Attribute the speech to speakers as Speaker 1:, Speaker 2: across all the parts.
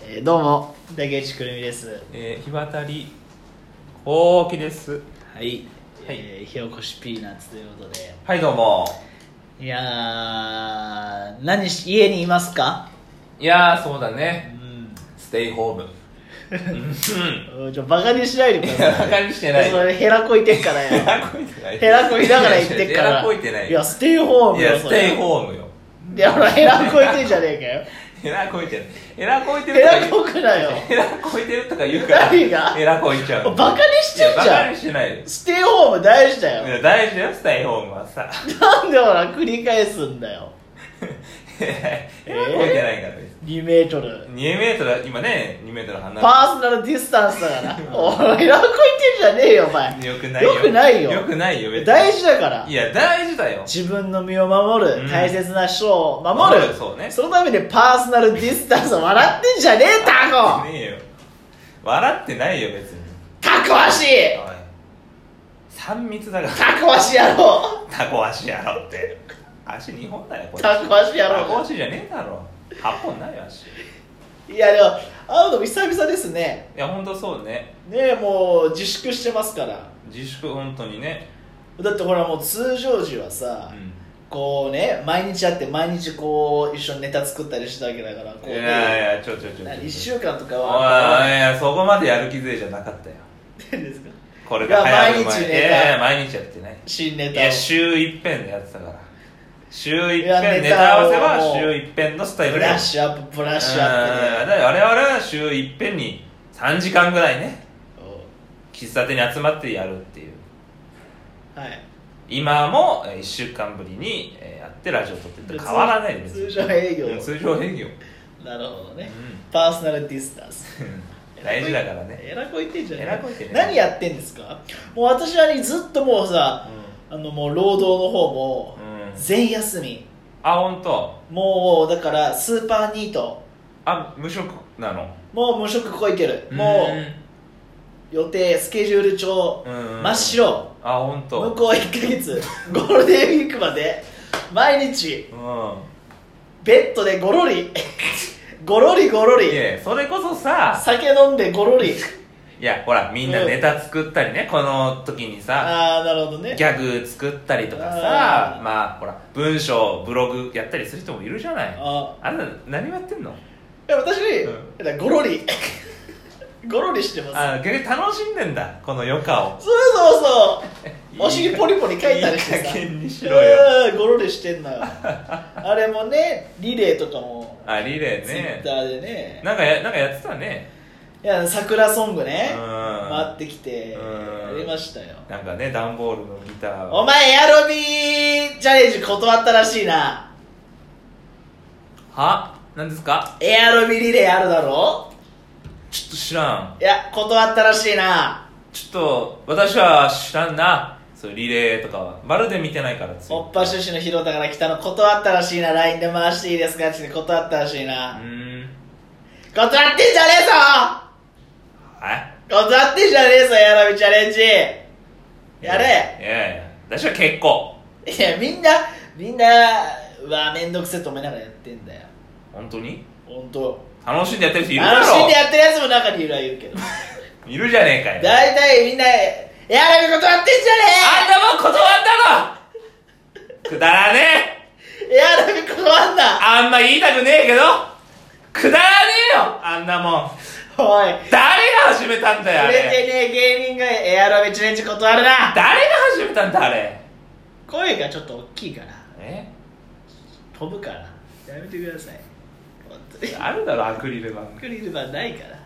Speaker 1: えーどうも竹内くるみです
Speaker 2: えー、日渡り大きです
Speaker 1: はい、えー、ひよこしピーナッツということで
Speaker 2: はいどうも
Speaker 1: いやー何し家にいますか
Speaker 2: いやーそうだ
Speaker 1: う
Speaker 2: ね
Speaker 1: ん
Speaker 2: ステイホームうん
Speaker 1: ちょバカにしないでくだ
Speaker 2: い
Speaker 1: さい
Speaker 2: やバカにしてない
Speaker 1: それヘラこいてっから
Speaker 2: ヘ
Speaker 1: や
Speaker 2: ラこいてない
Speaker 1: ヘラこいだから言ってっから
Speaker 2: ヘラこいてない
Speaker 1: いやステイホーム
Speaker 2: い
Speaker 1: よ
Speaker 2: やステイ
Speaker 1: ー
Speaker 2: ホームよ
Speaker 1: ムいやほらヘラこいてんじゃねえかよ
Speaker 2: ヘラこいてないヘラこいて
Speaker 1: ヘ
Speaker 2: るとか
Speaker 1: ラ
Speaker 2: 言
Speaker 1: こ
Speaker 2: う
Speaker 1: くなよ
Speaker 2: ヘラこいてるとか言うから
Speaker 1: 何が
Speaker 2: ヘラこいちゃう
Speaker 1: バカにしてんじ
Speaker 2: いやバカ
Speaker 1: ゃん
Speaker 2: にしてないよ
Speaker 1: ステイホーム大事だ
Speaker 2: い
Speaker 1: よ
Speaker 2: や大事だよステイホームはさ
Speaker 1: なんでほら繰り返すんだよ
Speaker 2: ヘラこいてないからです
Speaker 1: 2メートル
Speaker 2: 2メートル今ね2メートル離れて
Speaker 1: パーソナルディスタンスだから おいヘラこいてんじゃねえよお前
Speaker 2: よくないよ
Speaker 1: よくないよ
Speaker 2: よくないよ別に
Speaker 1: 大事だから
Speaker 2: いや大事だよ
Speaker 1: 自分の身を守る、
Speaker 2: うん
Speaker 1: 大切な人を守る、
Speaker 2: 守るそうね
Speaker 1: のためでパーソナルディスタンスを笑ってんじゃねえタ コ
Speaker 2: ねえよ笑ってないよ別に
Speaker 1: タコ足
Speaker 2: おい三密だから
Speaker 1: タコ足やろ
Speaker 2: タコ足やろって足2本だよこれ
Speaker 1: タコ足や
Speaker 2: タコ
Speaker 1: ろ
Speaker 2: 足じゃねえだろ8本ないよ足い
Speaker 1: いやでも会うのも久々ですね
Speaker 2: やほんとそうね
Speaker 1: ねえもう自粛してますから
Speaker 2: 自粛本当にね
Speaker 1: だってほらもう通常時はさ、
Speaker 2: う
Speaker 1: こうね毎日会って毎日こう一緒にネタ作ったりしてたわけだからこうん
Speaker 2: い
Speaker 1: ね
Speaker 2: やいやちょちょちょちょ
Speaker 1: 1週間とか
Speaker 2: おい
Speaker 1: は
Speaker 2: おいいやそこまでやる気勢じゃなかったよ
Speaker 1: 何ですか
Speaker 2: これが流行る
Speaker 1: いや毎日
Speaker 2: 前
Speaker 1: ネ
Speaker 2: い
Speaker 1: タ
Speaker 2: やいや毎日やってない
Speaker 1: 新ネ
Speaker 2: い
Speaker 1: タを
Speaker 2: や週一遍でやってたから週一
Speaker 1: いや
Speaker 2: 遍
Speaker 1: ネ
Speaker 2: ネ
Speaker 1: タ
Speaker 2: タ
Speaker 1: を
Speaker 2: 合わせは
Speaker 1: もう
Speaker 2: 週一遍のスタイル
Speaker 1: ブ
Speaker 2: で
Speaker 1: ラッシュアップブラッシュアップで
Speaker 2: うんだから我々は週一遍に3時間ぐらいね喫茶店に集まってやるっていう
Speaker 1: はい、
Speaker 2: 今も1週間ぶりにえーやってラジオ撮ってると変わらないです
Speaker 1: 通常営業
Speaker 2: うん通常営業
Speaker 1: なるほどね、
Speaker 2: う
Speaker 1: パーソナルディスタンス
Speaker 2: ん 大事だからね
Speaker 1: えらこいてんじゃね
Speaker 2: えらこいてね
Speaker 1: 何やってんですかもう私はねずっともうさあのもう労働の方も
Speaker 2: うん
Speaker 1: 全休み
Speaker 2: あ本当
Speaker 1: もうだからスーパーニート
Speaker 2: あ無職なの
Speaker 1: もう無職こいてるもう予定スケジュール帳
Speaker 2: 真
Speaker 1: 真っ白
Speaker 2: あ本当
Speaker 1: 向こう1ヶ月ゴールデンウィークまで毎日
Speaker 2: う
Speaker 1: ベッドでゴロリゴロリゴロ
Speaker 2: んい
Speaker 1: リ
Speaker 2: やそれこそさ
Speaker 1: 酒飲んでゴロリ
Speaker 2: いやほらみんなネタ作ったりね、この時にさ
Speaker 1: ああなるほど
Speaker 2: ギ
Speaker 1: ね
Speaker 2: ャグ作ったりとか
Speaker 1: あ
Speaker 2: さ
Speaker 1: ー
Speaker 2: まあほら文章ブログやったりする人もいるじゃない
Speaker 1: あ
Speaker 2: あなた何をやってんの
Speaker 1: いや私、
Speaker 2: うん
Speaker 1: だからゴロリ ゴロリしてます
Speaker 2: あ逆に楽しんでんだこの余暇を
Speaker 1: そうそうそうお尻ポリポリ書いたりして
Speaker 2: いい
Speaker 1: さ
Speaker 2: 加減にしろよ
Speaker 1: うんゴロリして んのよあれもねリレーとかも
Speaker 2: あリレー
Speaker 1: ツイッ
Speaker 2: ね
Speaker 1: ターでね
Speaker 2: なんかやなんかやってたね
Speaker 1: いや桜ソングね
Speaker 2: うん
Speaker 1: 回ってきて
Speaker 2: うん
Speaker 1: やりましたよ
Speaker 2: なんかね段ボールのギター
Speaker 1: お前エアロビーチャレンジ断ったらしいな
Speaker 2: は何ですか
Speaker 1: エアロビリレーあるだろ
Speaker 2: ちょっと知らん
Speaker 1: いや断ったらしいな
Speaker 2: ちょっと私は知らんなそうリレーとかはまるで見てないからつい
Speaker 1: おっぱ出身の広田から来たの断ったらしいな LINE で回していいですかって断ったらしいうな、
Speaker 2: ーん
Speaker 1: 断ってんじゃね
Speaker 2: はい
Speaker 1: えぞ断ってんじゃねえぞエアロビチャレンジやれ
Speaker 2: いやいや私は結構
Speaker 1: いやみんなみんなうわめんどくせえと思いながらやってんだよ
Speaker 2: 本当に
Speaker 1: 本当。
Speaker 2: 楽しんでやってる人いるだろ
Speaker 1: 楽しんでやってるやつも中にいるは言うけど
Speaker 2: いるじゃねえかよ
Speaker 1: 大体みんなエアロビ断ってんじ
Speaker 2: あん
Speaker 1: ゃね
Speaker 2: たも断ったのくだらねえ
Speaker 1: えエアロビ断んな
Speaker 2: あんま言いたくねえけどくだらねえよあんなもん
Speaker 1: おい
Speaker 2: 誰が始めたんだよあ
Speaker 1: 売れ
Speaker 2: れ
Speaker 1: てねえ芸人がエアロビチャレンジ断るな
Speaker 2: 誰が始めたんだあれ
Speaker 1: 声がちょっと大きいから
Speaker 2: え
Speaker 1: 飛ぶからやめてください本当に
Speaker 2: あるだろアクリル板
Speaker 1: アクリル板ないから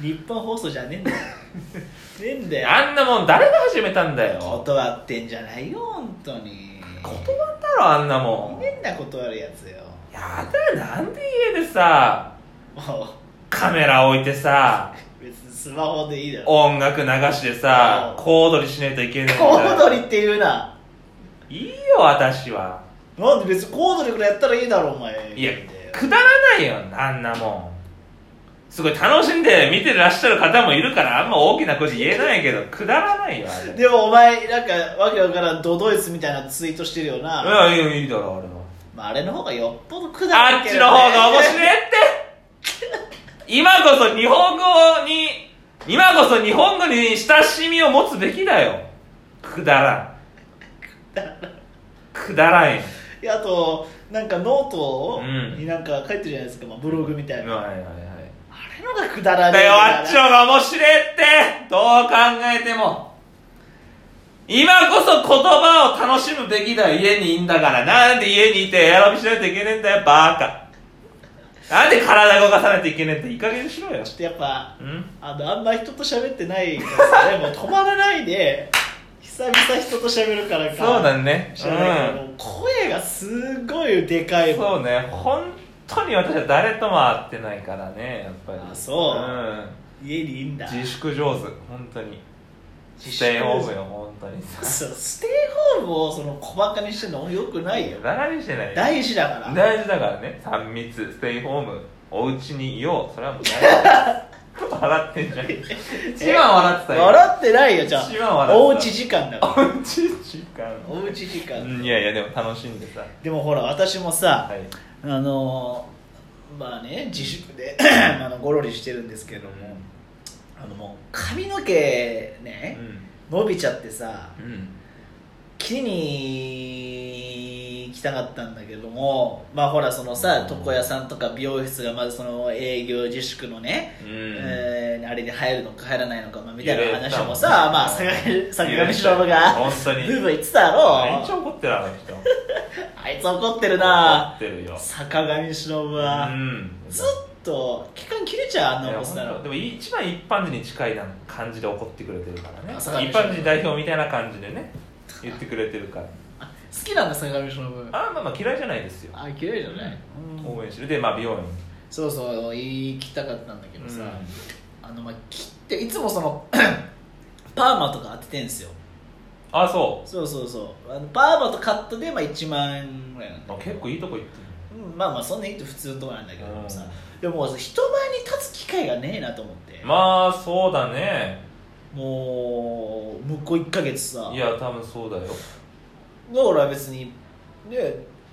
Speaker 1: 日本放送じゃねえんだよねえんだよ
Speaker 2: あんなもん誰が始めたんだよ断っ
Speaker 1: 断ってんじゃないよ本当に
Speaker 2: たろあんなも
Speaker 1: い
Speaker 2: ん
Speaker 1: ねえんだ断るやつよ
Speaker 2: やだなんで家でさ
Speaker 1: も
Speaker 2: カメラ置いてさ
Speaker 1: う別にスマホでいいだろ
Speaker 2: 音楽流してさ
Speaker 1: うん
Speaker 2: 小踊りしないといけないんだ
Speaker 1: コウドリって言うない
Speaker 2: いよ私は
Speaker 1: なんで別にコウドリくらいやったらいいだろお前
Speaker 2: いや
Speaker 1: みたいな
Speaker 2: くだらないよあんなもんすごい楽しんで見てらっしゃる方もいるからあんま大きな声で言えないけどくだらないよあれ
Speaker 1: でもお前なんかわけわからんドドイツみたいなツイートしてるよな、
Speaker 2: いやいやいいだろあれは
Speaker 1: まあ、あれの方がよっぽどくだら
Speaker 2: あ
Speaker 1: ん
Speaker 2: っ
Speaker 1: け
Speaker 2: ち
Speaker 1: どね
Speaker 2: の方が面白いって今こそ日本語に、今こそ日本語に親しみを持つべきだよ。くだらん。くだらんよ。
Speaker 1: いやあとなんかノート
Speaker 2: うん
Speaker 1: になんか書いてるじゃないですか、まあ、ブログみたいな、あ
Speaker 2: はいはいはい。
Speaker 1: れのがくだらね
Speaker 2: だ
Speaker 1: え
Speaker 2: よ、
Speaker 1: な
Speaker 2: あっちの方が面白いってどう考えても今こそ言葉を楽しむべきだよ家にいんだからなんで家にいてエアロビしないといけねえんだよバカなんで体動かさないといけねえんだいい加減にしろよ
Speaker 1: ちょっとやっぱ
Speaker 2: うん
Speaker 1: あのあんま人と喋ってない からねもう止まらないで久々人と喋るからか
Speaker 2: そうだね
Speaker 1: 知らないけど、もう声がすごいでか
Speaker 2: う
Speaker 1: い
Speaker 2: ん
Speaker 1: もん
Speaker 2: そうね本当に私は誰とも会ってないからねやっぱり
Speaker 1: あそうん家にいいんだ
Speaker 2: 自粛上手本当に
Speaker 1: 自
Speaker 2: ス
Speaker 1: 粛
Speaker 2: テイホームよ本当にさ
Speaker 1: そうステイホームをその小バカにしてるのよくないよ
Speaker 2: バカにしてないよ
Speaker 1: 大事だから
Speaker 2: 大事だからね3密ステイホームお家にいようそれはもう大事笑ってんじゃん一番笑ってたよ
Speaker 1: 笑ってないよじゃ
Speaker 2: 一番
Speaker 1: あ
Speaker 2: 笑ってた
Speaker 1: おうち時間だから
Speaker 2: おうち時間
Speaker 1: おうち時間、
Speaker 2: うんいやいやでも楽しんでさ
Speaker 1: でもほら私もさ、
Speaker 2: はい
Speaker 1: あのーまあね自粛で あのゴロリしてるんですけども、あのもう髪の毛ね、伸びちゃってさ
Speaker 2: うんうん
Speaker 1: 切りに行きたかったんだけどもまあほらそのさ床屋さんとか美容室がまずその営業自粛のね、
Speaker 2: うん
Speaker 1: えーあれで入るのか入らないのか、まあ、みたいな話も
Speaker 2: 揺れた
Speaker 1: さ
Speaker 2: もん
Speaker 1: まあ坂上坂上忍が
Speaker 2: 本当
Speaker 1: ブー
Speaker 2: に
Speaker 1: ブー言ってた
Speaker 2: めっち
Speaker 1: ろ
Speaker 2: ゃ怒ってるあの人
Speaker 1: あいつ怒ってるな
Speaker 2: 怒ってるよ
Speaker 1: 坂上忍
Speaker 2: う
Speaker 1: は、
Speaker 2: ん
Speaker 1: ずっと期間切れちゃうあん
Speaker 2: い
Speaker 1: な
Speaker 2: や
Speaker 1: ボスな
Speaker 2: 本
Speaker 1: ら
Speaker 2: 当でも一番一般人に近いな感じで怒ってくれてるからね
Speaker 1: あ
Speaker 2: 一
Speaker 1: そうなんでしょ
Speaker 2: 般人代表みたいな感じでね言ってくれてるから
Speaker 1: あ好きなんだ坂上忍
Speaker 2: あまあまあ嫌いじゃないですよ
Speaker 1: あ嫌いじゃない、うん
Speaker 2: 応援してるでまあ美容院
Speaker 1: そうそう言いきたかったんだけどさ、
Speaker 2: うん
Speaker 1: あのまあ切っていつもその パーマとか当ててんすよ
Speaker 2: あそ
Speaker 1: そうそうそうあのパーマとカットでまあ1万円ぐらいなん
Speaker 2: う
Speaker 1: だ
Speaker 2: あ結構いいとこ行って
Speaker 1: うんまあまあそんなにいいと普通のとこなんだけ
Speaker 2: る
Speaker 1: ど
Speaker 2: うん
Speaker 1: さ、でももう人前に立つ機会がねえなと思って、
Speaker 2: まあそうだね
Speaker 1: もう向こう1か月さ
Speaker 2: いや多分そうだよ
Speaker 1: だから別にね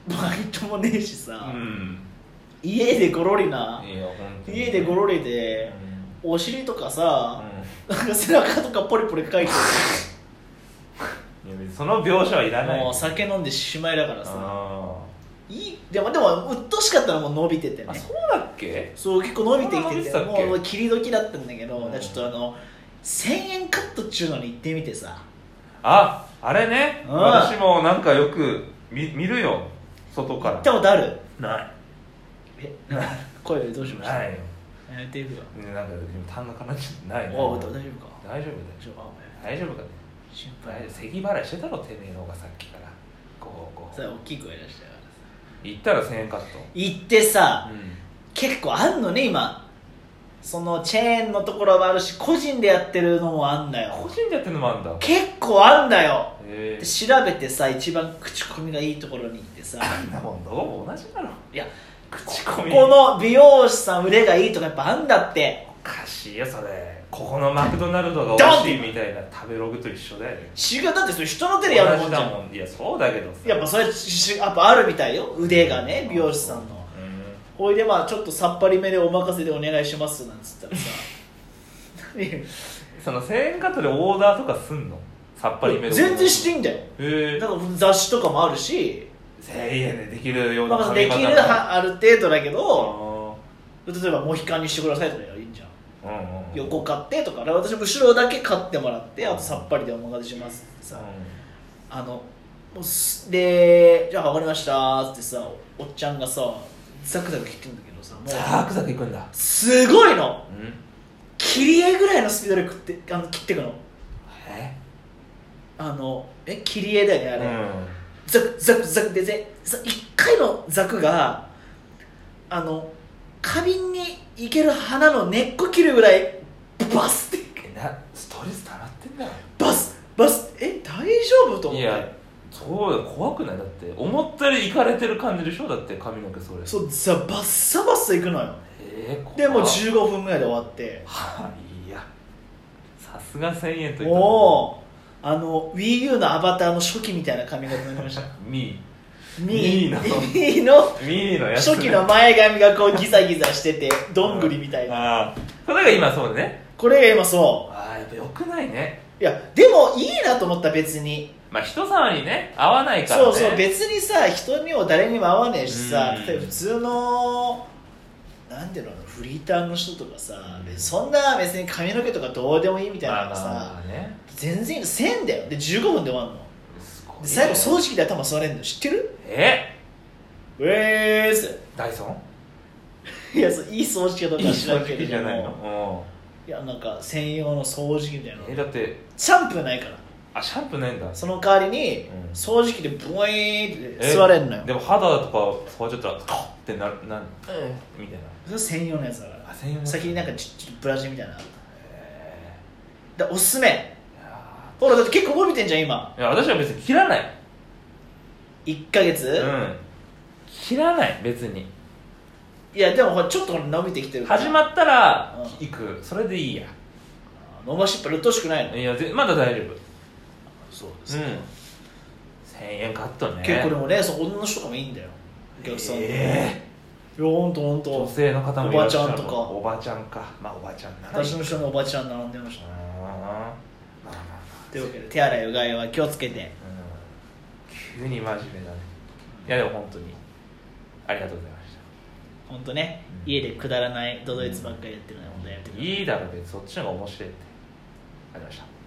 Speaker 1: バイトもねえし
Speaker 2: う
Speaker 1: さ、
Speaker 2: ん
Speaker 1: 家でゴロリない
Speaker 2: や本当に
Speaker 1: 家でゴロリで
Speaker 2: う
Speaker 1: お尻とかさ、
Speaker 2: ん
Speaker 1: なんか背中とかポリポリ書いて
Speaker 2: いや別にその描写はいらない
Speaker 1: もう酒飲んでしまいだからさ
Speaker 2: あ
Speaker 1: いいでもでも鬱陶しかったらもう伸びてて
Speaker 2: ーあ
Speaker 1: ね
Speaker 2: そうだっけ
Speaker 1: そう結構伸びてきてて
Speaker 2: そんな伸びてたっけ
Speaker 1: もう切り時だったんだけど、
Speaker 2: うん
Speaker 1: ちょっとあの1000円カットっちゅうのに行ってみてさ
Speaker 2: ああれね
Speaker 1: うん
Speaker 2: 私もなんかよく見見るよ外か
Speaker 1: 行っ
Speaker 2: ら
Speaker 1: たことある
Speaker 2: ない
Speaker 1: え 声どうしました
Speaker 2: ないよ
Speaker 1: やめてるよ
Speaker 2: ねなんかでも単語かなっちゃってない
Speaker 1: おう大丈夫か
Speaker 2: 大丈夫だよ
Speaker 1: 大丈夫かお前
Speaker 2: 大丈夫かね
Speaker 1: 心配です
Speaker 2: 咳払いしてたろてめえの方がさっきからこうこ
Speaker 1: さ
Speaker 2: う
Speaker 1: あ大きい声出したからさ
Speaker 2: 行ったら1000円カット
Speaker 1: 行ってさ、
Speaker 2: う
Speaker 1: 結構あんのね今そのチェーンのところもあるし個人でやってるのもあんだ
Speaker 2: ん個
Speaker 1: よ
Speaker 2: 人でやってるのもあんだ
Speaker 1: 結構あんだよ
Speaker 2: へ
Speaker 1: で
Speaker 2: え
Speaker 1: 調べてさ一番口コミがいいところに行って さ
Speaker 2: そんなもんどうも同じだろ
Speaker 1: いや
Speaker 2: 口コミ
Speaker 1: ここの美容師さん腕がいいとかやっぱあんだって
Speaker 2: おかしいよそれここのマクドナルドが美味しいみたいな食べログと一緒だよね
Speaker 1: 違うだってそれ人の手
Speaker 2: 同
Speaker 1: でやるもん
Speaker 2: じ
Speaker 1: じゃ
Speaker 2: だ
Speaker 1: ん
Speaker 2: もんいやそうだけどさ
Speaker 1: やっぱそれしやっぱあるみたいよ腕がね美容師さんの
Speaker 2: う
Speaker 1: ほいでまあちょっとさっぱりめでお任せでお願いしますなんつったらさ
Speaker 2: んその1000円カットでオーダーとかすんのさっぱりめ
Speaker 1: 全然して
Speaker 2: へ
Speaker 1: いいんだよ
Speaker 2: え
Speaker 1: だから雑誌とかもあるし、
Speaker 2: 1000円でできるよう
Speaker 1: ま
Speaker 2: な
Speaker 1: あ、
Speaker 2: 髪
Speaker 1: で
Speaker 2: 型
Speaker 1: きるはある程度だけど例えばモヒカンにしてくださいとかやりゃいいんじゃん
Speaker 2: うんうんうん
Speaker 1: 横買ってとかだから私も後ろだけ買ってもらってあとさっぱりでお任せしますって
Speaker 2: う
Speaker 1: さ、
Speaker 2: ん
Speaker 1: あのもうすでじゃあ分かりましたっつってさおっちゃんがさザクザク切ってんだけどさも
Speaker 2: ザ
Speaker 1: う
Speaker 2: クザクいくんだ
Speaker 1: すごいの
Speaker 2: うん
Speaker 1: 切り絵ぐらいのスピードで食ってあの切ってくの
Speaker 2: え
Speaker 1: あのえ切り絵だよねあ
Speaker 2: う
Speaker 1: れ、
Speaker 2: ん
Speaker 1: ザクザクザクでぜざ一回のザクがあの花瓶にいける花の根っこ切るぐらいバスって
Speaker 2: えなストレス溜まってんだよ
Speaker 1: バスバスえ大丈夫と思っ
Speaker 2: い
Speaker 1: て
Speaker 2: やそうだよ怖くないだって思ったよりいかれてる感じでしょだって髪の毛それ
Speaker 1: そうザバッサバッサいくのよ
Speaker 2: えー、怖っ
Speaker 1: でもう15分ぐらいで終わって
Speaker 2: はいいやさすが1000円と言った
Speaker 1: もうあの WiiU のアバターの初期みたいな髪型になりました
Speaker 2: ミ
Speaker 1: ミ
Speaker 2: ミーの
Speaker 1: ーの
Speaker 2: ミーのやつ
Speaker 1: 初期の前髪がこうギザギザしててどんぐりみたいな
Speaker 2: なあーそれが今そうね
Speaker 1: これが今そ
Speaker 2: ああやっぱよくないね
Speaker 1: ういやでもいいなと思った別に
Speaker 2: まあ人様にね合わないからね
Speaker 1: そうそう別にさ人にも誰にも合わねえしさ、
Speaker 2: うん
Speaker 1: 例えば普通のなんていうのフリーターの人とかさ、
Speaker 2: うん
Speaker 1: そんな別に髪の毛とかどうでもいいみたいなのがさ、
Speaker 2: まあね
Speaker 1: 全然いいの1000だよで15分で終わんの
Speaker 2: すごい
Speaker 1: で
Speaker 2: ね
Speaker 1: 最後掃除機で頭座れんの知ってる
Speaker 2: え
Speaker 1: ウェース
Speaker 2: ダイソン
Speaker 1: いやそういい掃除機かどうかは知らんけ
Speaker 2: いい掃除
Speaker 1: ど
Speaker 2: 機じゃな
Speaker 1: も
Speaker 2: いの
Speaker 1: いやなんか専用の掃除機みたいな
Speaker 2: う
Speaker 1: の
Speaker 2: んえだって
Speaker 1: シャンプーないから
Speaker 2: あシャンプーないんだ
Speaker 1: その代わりに、
Speaker 2: うん
Speaker 1: 掃除機でブイーンって
Speaker 2: え
Speaker 1: 座れんのよ
Speaker 2: でも肌とか触っちゃったらカッってななんみたいな
Speaker 1: それ専用のやつだから
Speaker 2: あ専用の
Speaker 1: 先になんかちちょっとブラジルみたいな
Speaker 2: へ
Speaker 1: だおすすめ
Speaker 2: ーいや
Speaker 1: ほらだって結構伸びてんじゃん今
Speaker 2: ーいや私は別に切らない
Speaker 1: 1ヶ月、
Speaker 2: うん切らない別に
Speaker 1: いやでもほらちょっとほら伸びてきてるから
Speaker 2: 始まったら
Speaker 1: うん
Speaker 2: 行くそれでいいや
Speaker 1: 伸ばしっぱりうっとうしくないの
Speaker 2: いやぜまだ大丈夫うん
Speaker 1: そうで
Speaker 2: 1000円カットね
Speaker 1: 結構でもねその女の人とかもいいんだよお客さん、
Speaker 2: え
Speaker 1: いやほんとほん
Speaker 2: ー女
Speaker 1: と
Speaker 2: 性の方もいらっしゃる
Speaker 1: おばちゃんとか
Speaker 2: おばちゃんかまあおばちゃんならいい
Speaker 1: 私の人のおばちゃん並んでまし
Speaker 2: う
Speaker 1: た
Speaker 2: んまあまあまあ
Speaker 1: というわけで手洗いうがいは気をつけて
Speaker 2: うん急に真面目だねいやでも本当にありがとうございました
Speaker 1: 本当ね
Speaker 2: うん
Speaker 1: 家でくだらないドドイツばっかりやってるのは本当やめてください
Speaker 2: いいだろ別にそっちの方が面白いってありがとうございました